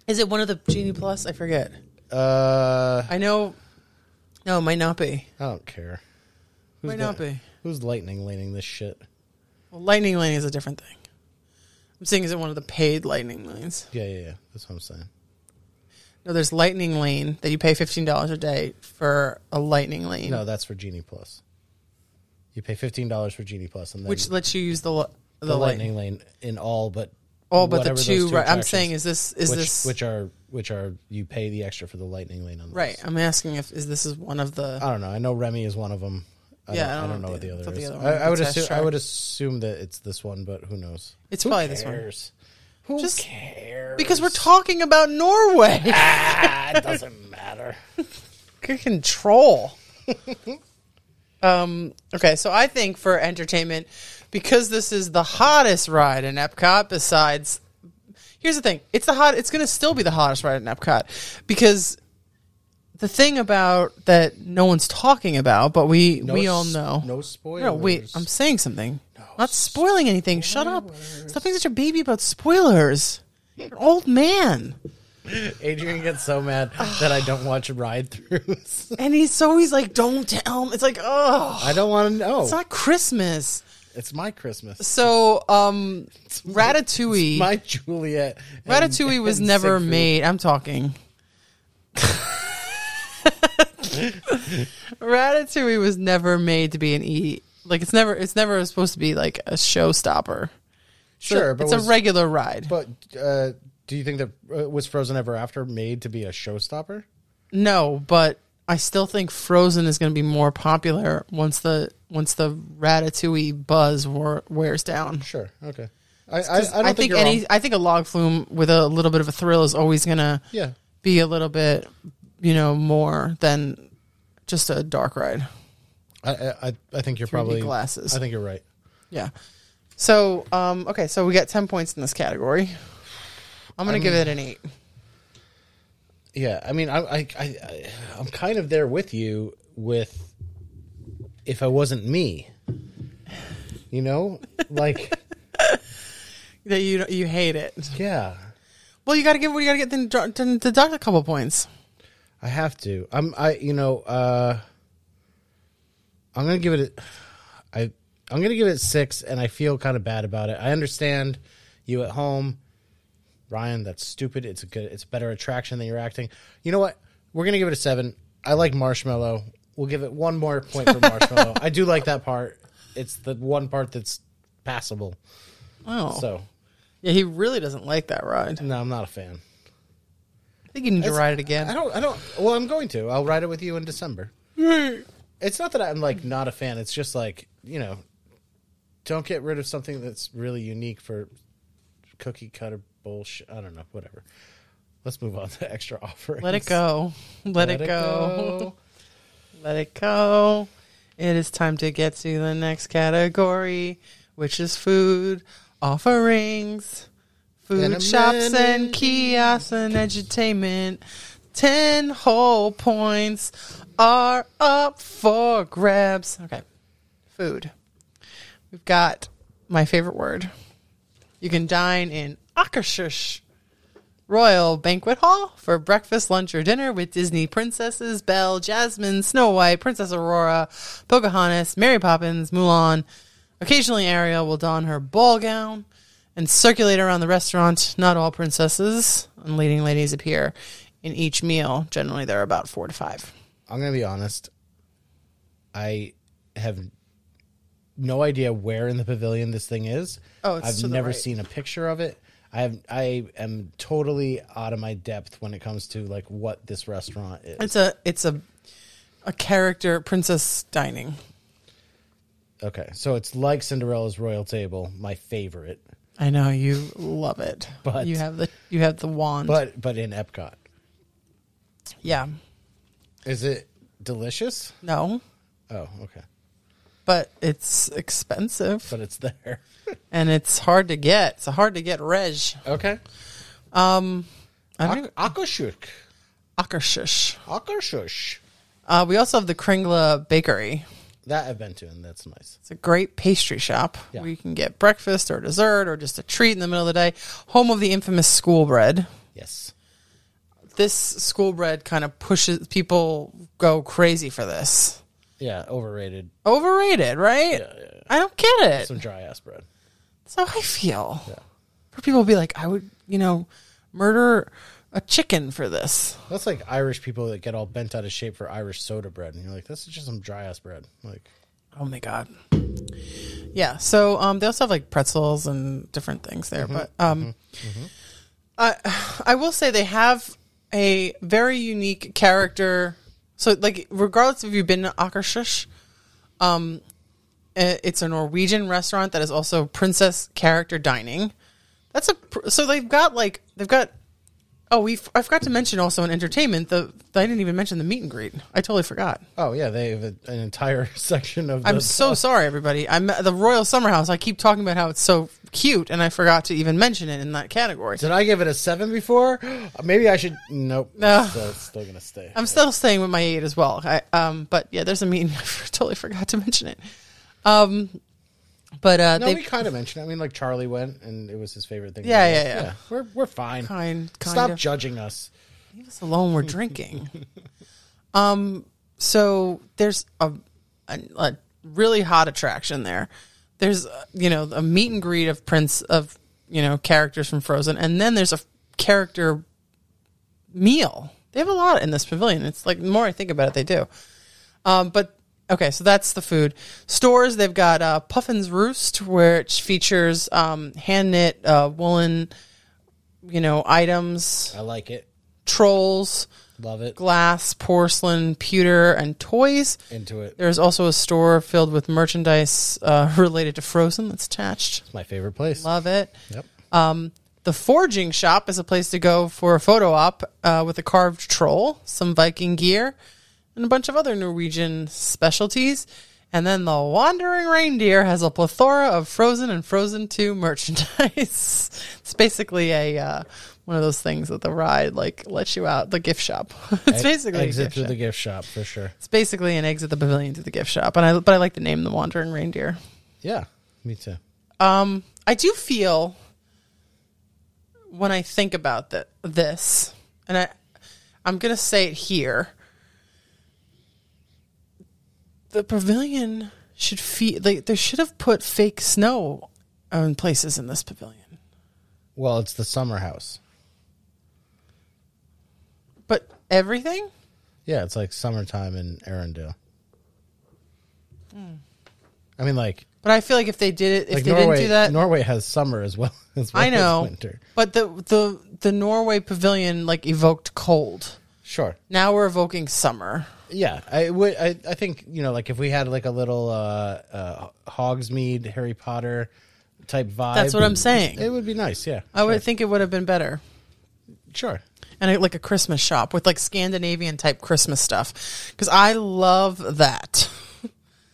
A: Is it one of the Genie Plus? I forget.
C: Uh,
A: I know. No, it might not be.
C: I don't care. Who's
A: might not
C: li-
A: be.
C: Who's lightning laning this shit?
A: Well, lightning lane is a different thing. I'm saying, is it one of the paid lightning lanes?
C: Yeah, yeah, yeah. That's what I'm saying.
A: No, there's lightning lane that you pay fifteen dollars a day for a lightning lane,
C: No, that's for Genie Plus. You pay fifteen dollars for Genie Plus, and then
A: which lets you use the li- the,
C: the
A: lightning.
C: lightning lane in all but
A: All but the
C: whatever those
A: two. right, I'm
C: attractions,
A: saying, is this is
C: which,
A: this
C: which are which are you pay the extra for the lightning lane on those.
A: right? I'm asking if is this is one of the
C: I don't know. I know Remy is one of them. I
A: Yeah,
C: don't, I don't know what the
A: I
C: other
A: thought the
C: is.
A: other one
C: I,
A: was
C: I would
A: the test
C: assume I
A: track.
C: would assume that it's this one, but who knows?
A: It's
C: Who
A: probably this one.
C: cares? Who
A: Just-
C: cares?
A: because we're talking about Norway.
C: ah, it doesn't matter.
A: Good control. um, okay, so I think for entertainment, because this is the hottest ride in Epcot, besides here's the thing. It's the hot it's gonna still be the hottest ride in Epcot because the thing about that no one's talking about, but we we all
C: s-
A: know.
C: No spoilers.
A: No, wait, I'm saying something. Not spoiling anything. Shut up. Stop being such a baby about spoilers. You're an old man.
C: Adrian gets so mad that I don't watch ride throughs.
A: And he's always like, don't tell me. It's like, oh.
C: I don't want to know.
A: It's not Christmas.
C: It's my Christmas.
A: So, um, Ratatouille.
C: My Juliet. and-
A: Ratatouille was
C: and
A: never
C: Siegfried.
A: made. I'm talking. Ratatouille was never made to be an E. Like it's never. It's never supposed to be like a showstopper. So
C: Sure, but
A: it's
C: was-
A: a regular ride.
C: But uh, do you think that uh, was Frozen Ever After made to be a showstopper?
A: no, but I still think Frozen is going to be more popular once the once the Ratatouille buzz wore, wears down.
C: Sure. Okay. I, I, I don't
A: I
C: think,
A: think
C: you're
A: any.
C: wrong.
A: I think a log flume with a little bit of a thrill is always going to.
C: Yeah.
A: be a little bit, you know, more than just a dark ride.
C: I I, I think you're
A: 3D
C: probably
A: glasses.
C: I think you're right.
A: Yeah. So, um, okay, so we got 10 points in this category. I'm going to give it an 8.
C: Yeah, I mean, I, I, I, I- I'm kind of there with you. With if I wasn't me, you know, like
A: That you you hate it.
C: yeah,
A: Well, you got to give what you got to get then dr- then deduct a couple points.
C: I have to. I'm, I, you know, uh, I'm gonna give it. A, I, I'm gonna give it six, and I feel kind of bad about it. I understand you at home, Ryan. That's stupid. It's a good. It's a better attraction than you're acting. You know what? We're gonna give it a seven. I like Marshmallow. We'll give it one more point for Marshmallow. I do like that part. It's the one part that's passable.
A: Oh.
C: So
A: Yeah, he really doesn't like that ride.
C: no, I'm not a fan.
A: I think you need to ride it again.
C: I don't. I don't. Well, I'm going to. I'll ride it with you in December. It's not that I'm like not a fan. It's just like you know, don't get rid of something that's really unique for cookie cutter bullshit. I don't know. Whatever. Let's move on to extra offerings.
A: Let it go. Let, it, go. Let it go. It is time to get to the next category, which is food offerings,
C: In a
A: food shops and
C: minute.
A: kiosks and entertainment. 10 whole points are up for grabs. Okay. Food. We've got my favorite word. You can dine in Akershus Royal Banquet Hall for breakfast, lunch, or dinner with Disney princesses Belle, Jasmine, Snow White, Princess Aurora, Pocahontas, Mary Poppins, Mulan. Occasionally, Ariel will don her ball gown and circulate around the restaurant. Not all princesses and leading ladies appear in each meal. Generally, there are about four to five.
C: I'm gonna be honest. I have no idea where in the pavilion this thing is.
A: Oh, it's
C: I've
A: to the
C: never
A: right.
C: seen a picture of it. I have, I am totally out of my depth when it comes to like what this restaurant is.
A: It's a it's a a character princess dining.
C: Okay, so it's like Cinderella's Royal Table, my favorite,
A: I know you love it.
C: But-
A: you have the you have the wand.
C: but but in Epcot,
A: yeah,
C: is it delicious?
A: no,
C: Oh, okay,
A: but it's expensive.
C: but it's there.
A: and it's hard to get. It's a hard to get reg.
C: okay,
A: Um, I don't
C: Ak- Akershuk,
A: Akershus.
C: Akershuk.
A: Uh, we also have the Kringla Bakery.
C: That I've been to, and that's nice.
A: It's a great pastry shop
C: Yeah.
A: where you can get breakfast or dessert or just a treat in the middle of the day. Home of the infamous school bread.
C: Yes,
A: This school bread kind of pushes people go crazy for this.
C: yeah, overrated.
A: Overrated, right? I don't get it.
C: Some dry ass bread.
A: So I feel. For people to be like, I would, you know, murder a chicken for this.
C: That's like Irish people that get all bent out of shape for Irish soda bread, and you're like, this is just some dry ass bread. Like,
A: Oh my god. Yeah. So um, they also have like pretzels and different things there, but um, I I will say they have a very unique character. So like, regardless if you've been to Akershus, um, i- it's a Norwegian restaurant that is also princess character dining. That's a pr- so they've got like they've got. Oh, we f- I forgot to mention also in entertainment the I didn't even mention the meet and greet. I totally forgot.
C: oh yeah, they have a, an entire section of.
A: I'm
C: the-
A: so sorry, everybody. I'm at the Royal Summer House. I keep talking about how it's so cute, and I forgot to even mention it in that category.
C: Did I give it a seven before? Maybe I should. Nope.
A: No.
C: Still, it's still gonna stay.
A: I'm still staying with my eight as well. I, um, but yeah, there's a meeting. I totally forgot to mention it. Um, but uh,
C: No,
A: they
C: we kind of mentioned. it. I mean, like Charlie went, and it was his favorite thing.
A: Yeah,
C: to do.
A: yeah, yeah.
C: We're we're fine.
A: kind kind
C: Stop
A: of
C: judging us.
A: leave us alone. We're drinking. um, so there's a, a a really hot attraction there. There's uh, you know a meet and greet of prince of you know characters from Frozen, and then there's a character meal. They have a lot in this pavilion. It's like the more I think about it, they do. Um, but okay, so that's the food stores. They've got uh, Puffin's Roost, which features um, hand knit uh, woolen, you know, items,
C: I like it.
A: trolls,
C: Love it.
A: glass, porcelain, pewter, and toys.
C: Into it.
A: There's also a store filled with merchandise uh, related to Frozen that's attached.
C: It's my favorite place.
A: Love it.
C: Yep.
A: The forging shop is a place to go for a photo op uh, with a carved troll, some Viking gear, and a bunch of other Norwegian specialties. And then the Wandering Reindeer has a plethora of Frozen and Frozen 2 merchandise. it's basically a uh, one of those things that the ride like lets you out the gift shop. it's basically a
C: exit
A: gift
C: through
A: shop.
C: the gift shop for sure.
A: It's basically an exit the pavilion to the gift shop, and I but I like the name the Wandering Reindeer.
C: Yeah, me too.
A: Um, I do feel when I think about th- this, and I, I'm gonna say it here. The pavilion should feel like they should have put fake snow on places in this pavilion,
C: Well, it's the summer house.
A: but everything.
C: Yeah, it's like summertime in Arendelle. I mean, like
A: But I feel like if they did it, Hmm. if
C: like
A: they
C: Norway.
A: didn't do that,
C: Norway has summer as well as well
A: I know.
C: as winter.
A: But the the the Norway pavilion like evoked cold.
C: Sure.
A: Now we're evoking summer.
C: Yeah, I would. I, I think you know, like if we had like a little uh, uh, Hogsmeade Harry Potter type vibe.
A: That's what I'm saying. Oh.
C: It would be nice. Yeah.
A: I would think it would have been better.
C: Sure.
A: and I, like a Christmas shop with like Scandinavian type Christmas stuff because I love that.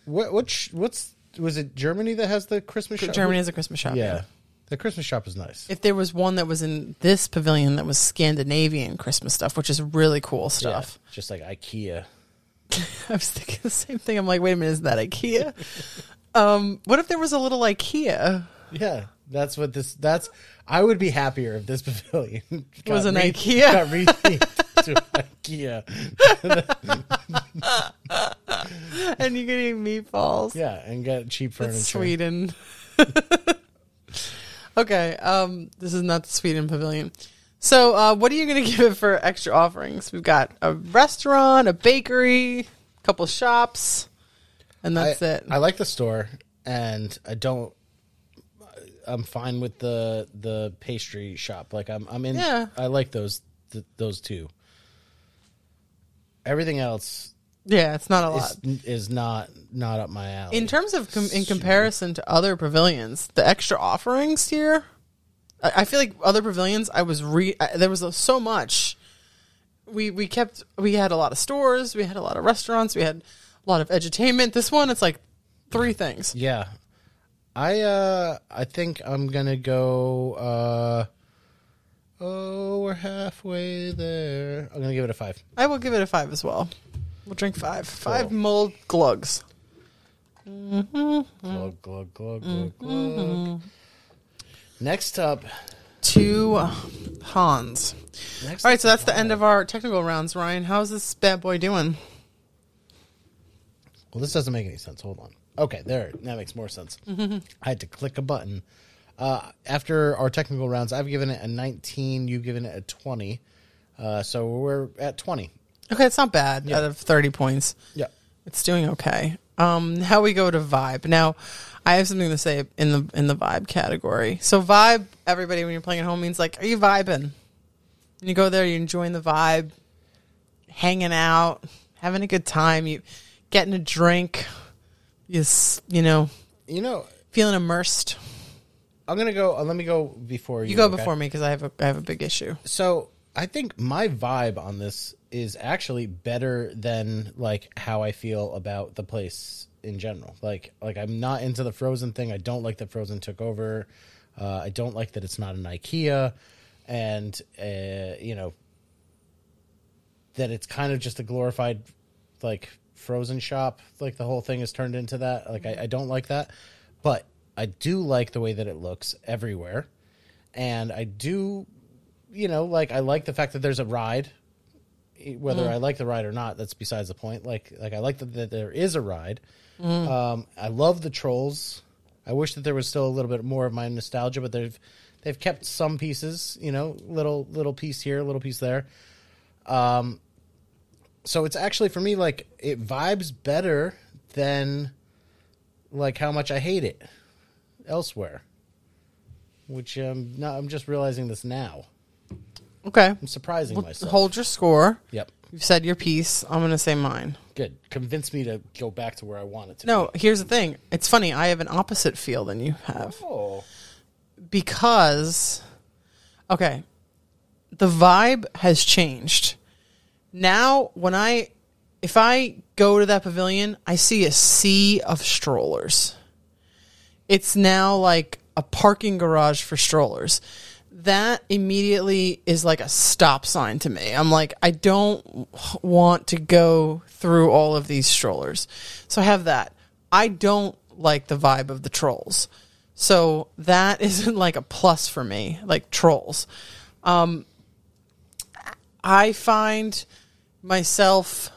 C: What which what's was it Germany that has the Christmas shop?
A: Germany has a Christmas shop.
C: Yeah. The Christmas shop is nice.
A: If there was one that was in this pavilion that was Scandinavian Christmas stuff, which is really cool
C: Yeah,
A: stuff.
C: Just like IKEA.
A: I was thinking the same thing. I'm like, wait a minute, is that IKEA? um, what if there was a little IKEA?
C: Yeah, that's what this. That's I would be happier if this pavilion got
A: Was an
C: re-
A: IKEA.
C: Got rethemed to IKEA.
A: And you could eat meatballs.
C: Yeah, and got cheap
A: That's
C: furniture.
A: Sweden. okay, um, this is not the Sweden pavilion. So, uh, what are you going to give it for extra offerings? We've got a restaurant, a bakery, a couple shops, and that's
C: I,
A: it.
C: I like the store, and I don't. I'm fine with the the pastry shop. Like I'm, I'm in.
A: Yeah.
C: I like those th- those two. Everything else
A: yeah, it's not a lot.
C: is, is not not up my alley.
A: In terms of com- in comparison to other pavilions, the extra offerings here, I, I feel like other pavilions. I was re I, there was so much. We we kept we had a lot of stores, we had a lot of restaurants, we had a lot of edutainment. This one, it's like three things.
C: yeah, I uh I think I'm gonna go. uh Oh, we're halfway there. I'm gonna give it a five.
A: I will give it a five as well. We'll drink five, five mold glugs. Mm.
C: Glug glug glug glug
A: Mm-hmm.
C: glug. Next up,
A: Two Hans.
C: next
A: All right, so that's the end of our technical rounds. Ryan, how's this bad boy doing?
C: Well, this doesn't make any sense. Hold on. Okay, there. That makes more sense.
A: Mm-hmm.
C: I had to click a button. Uh, after our technical rounds, I've given it a 19. You've given it a 20. Uh, so we're at 20.
A: Okay, it's not bad out of thirty points.
C: Yeah.
A: It's doing okay. Um, now we go to vibe. Now, I have something to say in the in the vibe category. So vibe, everybody, when you're playing at home, means like, are you vibing? And you go there, you're enjoying the vibe, hanging out, having a good time. You getting a drink, you s- you know,
C: You know,
A: feeling immersed.
C: I'm going to go. Uh, let me go before you.
A: You go
C: okay?
A: before me because I have a I have a big issue.
C: So I think my vibe on this is actually better than like how I feel about the place in general. Like like I'm not into the Frozen thing. I don't like that Frozen took over. Uh, I don't like that it's not an IKEA, and uh, you know that it's kind of just a glorified like Frozen shop. Like the whole thing is turned into that. Like I, I don't like that, but I do like the way that it looks everywhere, and I do you know, like I like the fact that there's a ride. e, Whether I like the ride or not, that's besides the point. Like, like I like that, that there is a ride. Um, I love the trolls. I wish that there was still a little bit more of my nostalgia, but they've they've kept some pieces. You know, little little piece here, little piece there. Um, so it's actually for me like it vibes better than like how much I hate it elsewhere. Which um, no, I'm just realizing this now.
A: Okay,
C: I'm surprising myself.
A: hold your score.
C: Yep.
A: You've said your piece. I'm gonna say mine.
C: Good. Convince me to go back to where I want it to.
A: No, here's the thing. It's funny. I have an opposite feel than you have.
C: Be. Oh.
A: because okay the vibe has changed now when i if i go to that pavilion, I see a sea of strollers. It's now like a parking garage for strollers. That immediately is like a stop sign to me. I'm like, I don't want to go through all of these strollers. So I have that. I don't like the vibe of the trolls. So that isn't like a plus for me, like trolls. I find myself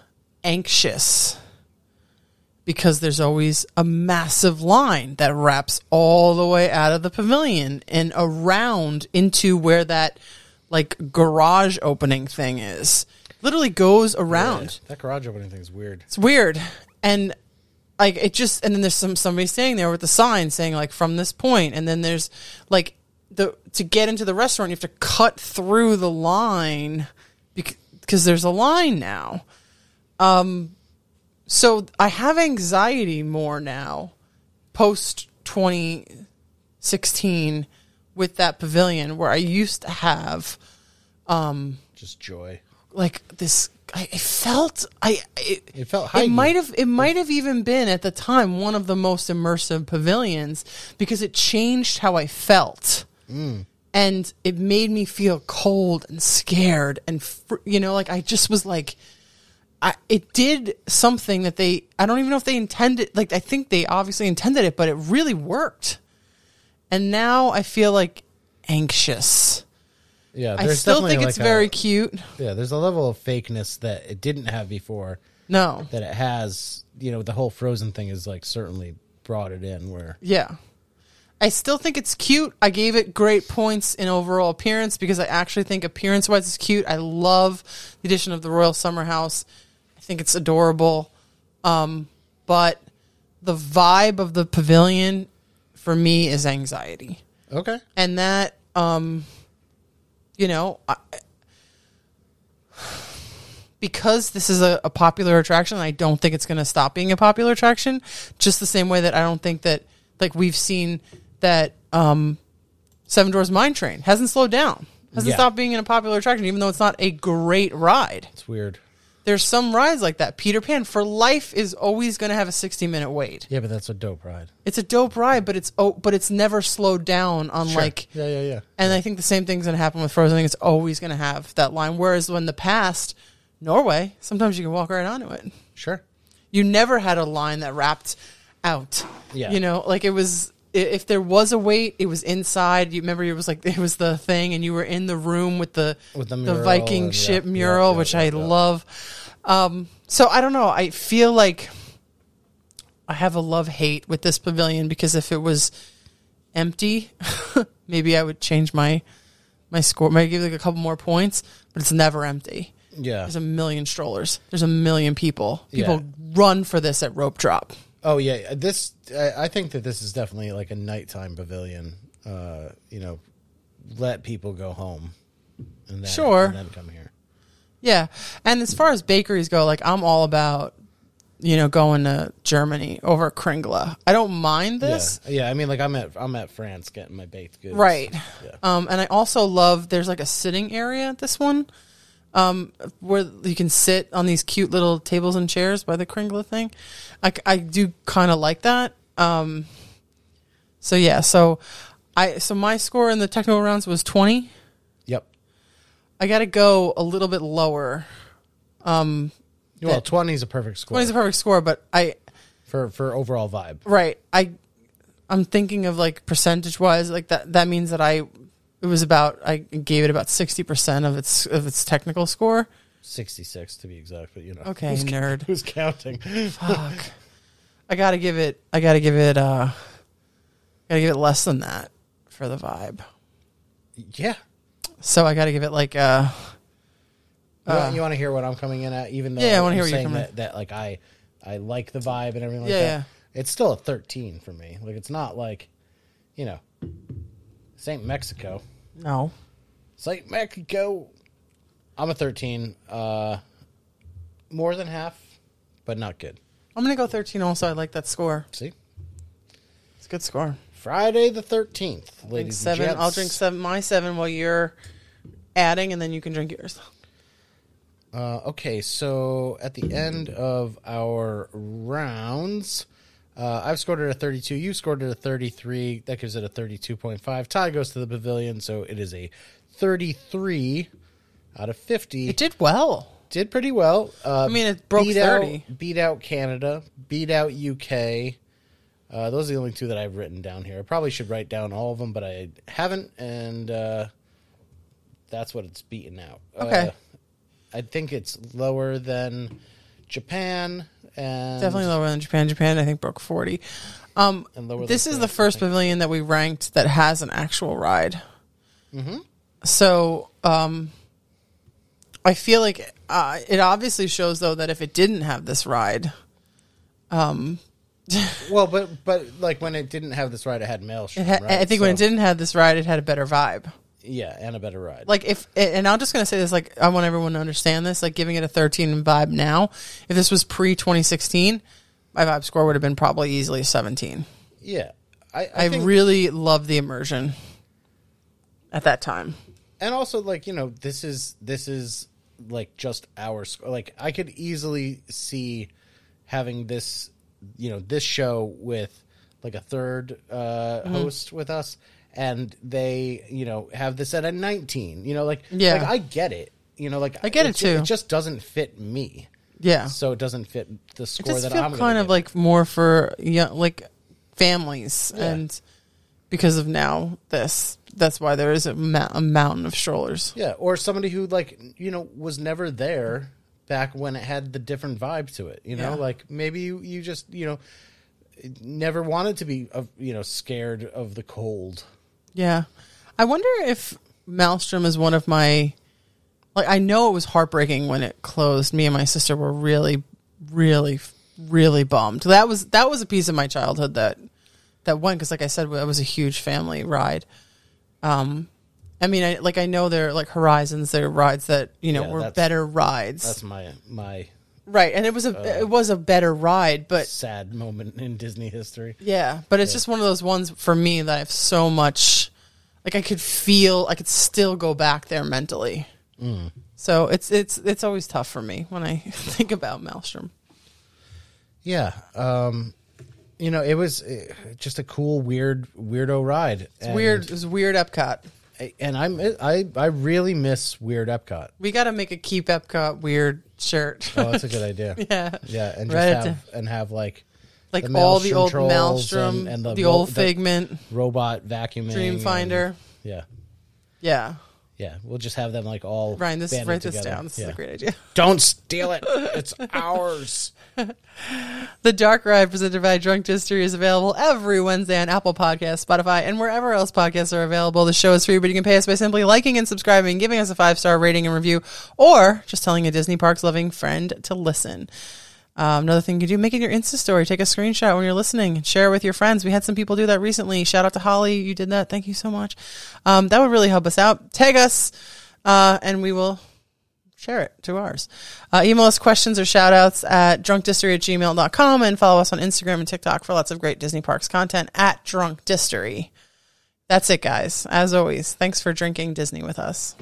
A: anxious because there's always a massive line that wraps all the way out of the pavilion and around into where that like garage opening thing is. Literally goes around.
C: That garage opening thing is weird.
A: It's weird. And like it just and then there's some somebody standing there with a sign saying like from this point and then there's like the to get into the restaurant you have to cut through the line because there's a line now. Um so I have anxiety more now post 2016 with that pavilion where I used to have
C: Just joy.
A: like this I, I felt I it,
C: It felt
A: it
C: heightened.
A: might have it might have even been at the time one of the most immersive pavilions because it changed how I felt.
C: Mm.
A: And it made me feel cold and scared and fr- you know like I just was like I, it did something that they I don't even know if they intended like I think they obviously intended it but it really worked. And now I feel like anxious.
C: Yeah,
A: I still think
C: definitely
A: it's
C: like a-
A: very cute.
C: Yeah, there's a level of fakeness that it didn't have before
A: No.
C: that it has. You know, the whole Frozen thing is like certainly brought it in where
A: Yeah. I still think it's cute. I gave it great points in overall appearance because I actually think appearance wise it's cute. I love the addition of the Royal Summer House. I think it's adorable. Um, but the vibe of the pavilion for me is anxiety
C: okay,
A: and that um you know I, because this is a, a popular attraction i don't think it's going to stop being a popular attraction just the same way that i don't think that like we've seen that um seven doors mine train hasn't slowed down hasn't
C: Yeah.
A: stopped being in a popular attraction even though it's not a great ride
C: it's weird.
A: there's some rides like that peter pan for life is always going to have a 60 minute wait
C: Yeah, but that's a dope ride.
A: it's a dope ride but it's oh but it's never slowed down on
C: Sure.
A: like
C: yeah, yeah, yeah.
A: and I think the same thing's going to happen with Frozen. I think it's always going to have that line. Whereas when the past, Norway, sometimes you can walk right onto it.
C: Sure.
A: You never had a line that wrapped out.
C: Yeah.
A: You know, like it was, i- if there was a wait, it was inside. You remember it was like, it was the thing and you were in the room with the,
C: With the mural
A: Viking
C: and-
A: ship
C: yeah, yeah,
A: mural,
C: yeah,
A: which
C: yeah,
A: I
C: yeah.
A: love. Um, so I don't know. I feel like I have a love hate with this pavilion because if it was empty, maybe I would change my my score. Maybe give it like a couple more points, but it's never empty.
C: Yeah.
A: There's a million strollers. There's a million people. People
C: Yeah.
A: run for this at rope drop.
C: Oh yeah, this I, I think that this is definitely like a nighttime pavilion. Uh, you know, let people go home, and then,
A: Sure.
C: and then come here.
A: Yeah. And as far as bakeries go, like I'm all about you know going to Germany over Kringla. I don't mind this.
C: Yeah, yeah. I mean, like I'm at I'm at France getting my baked goods.
A: Right.
C: Yeah.
A: Um, and I also love there's like a sitting area at this one um, where you can sit on these cute little tables and chairs by the Kringla thing. I, I do kind of like that. Um, so yeah, so I so my score in the technical rounds was 20.
C: Yep.
A: I got to go a little bit lower.
C: Well, twenty is a perfect score
A: 20 is a perfect score, but I
C: for for overall vibe.
A: right i i'm thinking of like percentage wise like that that means that i it was about i gave it about 60% of its of its technical score
C: Sixty six to be exact, but you know.
A: okay
C: Who's,
A: nerd
C: who's counting?
A: fuck i gotta give it i gotta give it uh gotta give it less than that for the vibe
C: yeah.
A: so i gotta give it like uh
C: You, want, to hear what I'm coming in at, even though
A: Yeah, I wanna
C: I'm
A: hear what you're
C: saying
A: coming
C: that, that like I I like the vibe and everything like
A: Yeah,
C: that.
A: yeah.
C: It's still a 13 for me. Like it's not like, you know, Saint Mexico,
A: no
C: Saint Mexico. I'm a 13, uh, more than half, but not good.
A: i'm gonna go 13 also i like that score
C: See,
A: it's a good score
C: Friday the 13th,
A: drink
C: ladies.
A: seven
C: And gents.
A: i'll drink seven my seven while you're adding and then you can drink yours
C: Uh, okay, so at the end of our rounds, uh, I've scored it a 32. You scored it a 33. That gives it a 32.5. Tie goes to the pavilion, so it is a 33 out of 50.
A: It did well.
C: did pretty well. Uh, I
A: mean, it broke
C: beat
A: 30.
C: Out, beat out Canada. Beat out UK. Uh, those are the only two that I've written down here. I probably should write down all of them, but I haven't, and uh, that's what it's beaten out.
A: Okay.
C: Uh, I think it's lower than Japan, and
A: Definitely lower than Japan. Japan, I think, broke 40. Um,
C: And lower than
A: this is the
C: France, I
A: first pavilion that we ranked that has an actual ride. Mm-hmm. So um, I feel like uh, it obviously shows, though, that if it didn't have this ride,
C: well, but but like when it didn't have this ride, it had Maelstrom.
A: it ha-
C: right?
A: I think when it
C: So,
A: didn't have this ride, it had a better vibe.
C: yeah, and a better ride.
A: like if and i'm just going to say this like i want everyone to understand this like giving it a 13 vibe now if this was pre 2016 my vibe score would have been probably easily a 17
C: yeah, I I,
A: i,
C: think-
A: really love the immersion at that time
C: and also like you know this is this is like just our sc- like i could easily see having this you know this show with like a third uh
A: Mm-hmm.
C: host with us and they you know have this at a 19 you know like
A: Yeah.
C: like i get it you know like
A: I get it
C: it's ju-
A: too.
C: it just doesn't fit me
A: yeah
C: so it doesn't fit the
A: it
C: score
A: does
C: that
A: feel
C: i'm
A: kind of like more for young like families
C: Yeah.
A: and because of now this that's why there is a, ma- a mountain of strollers
C: yeah or somebody who like you know was never there back when it had the different vibe to it you know
A: Yeah.
C: like maybe you, you just you know never wanted to be of you know scared of the cold
A: Yeah. I wonder if Maelstrom is one of my like I know it was heartbreaking when it closed. Me and my sister were really really really bummed. That was that was a piece of my childhood that that went cuz like I said that was a huge family ride. Um I mean, I like I know they're like Horizons, they're rides that, you know,
C: Yeah,
A: were
C: that's-
A: better rides.
C: that's uh, my my
A: right. And it was a it was a better ride, but
C: sad moment in disney history
A: yeah, but it's just one of those ones for me that I have so much, like I could feel, I could still go back there mentally.
C: Mm.
A: So it's it's it's always tough for me when I think about Maelstrom.
C: yeah um you know it was uh, just a cool weird weirdo ride and,
A: Weird, it was weird Epcot.
C: and i'm eh, i i really miss weird epcot
A: We got to make a keep Epcot weird shirt.
C: oh that's a good idea
A: yeah,
C: yeah and just
A: Right at
C: have and have like
A: like
C: the
A: all the
C: Maelstrom
A: old
C: trolls
A: Maelstrom,
C: and-
A: and,
C: and the
A: the,
C: ro-
A: old
C: the-
A: Figment,
C: robot vacuuming
A: Dreamfinder.
C: and- yeah
A: Yeah,
C: yeah we'll just have them like all
A: Ryan, this
C: banded
A: write this
C: together.
A: down. This
C: Yeah.
A: is a great idea.
C: don't steal it it's ours
A: The Dark Ride presented by Drunk History is available every Wednesday on Apple Podcasts, Spotify, and wherever else podcasts are available. The show is free, but you can pay us by simply liking and subscribing, giving us a five star rating and review, or just telling a Disney Parks loving friend to listen. Um, another thing you can do, make it your Insta story. Take a screenshot when you're listening and share with your friends. We had some people do that recently. Shout out to Holly. You did that. Thank you so much. Um, that would really help us out. Tag us, uh, and we will share it to ours. Uh, email us questions or shout outs at drunkdistory at gmail.com and follow us on Instagram and TikTok for lots of great Disney Parks content at drunkdistory. That's it, guys. As always, thanks for drinking Disney with us.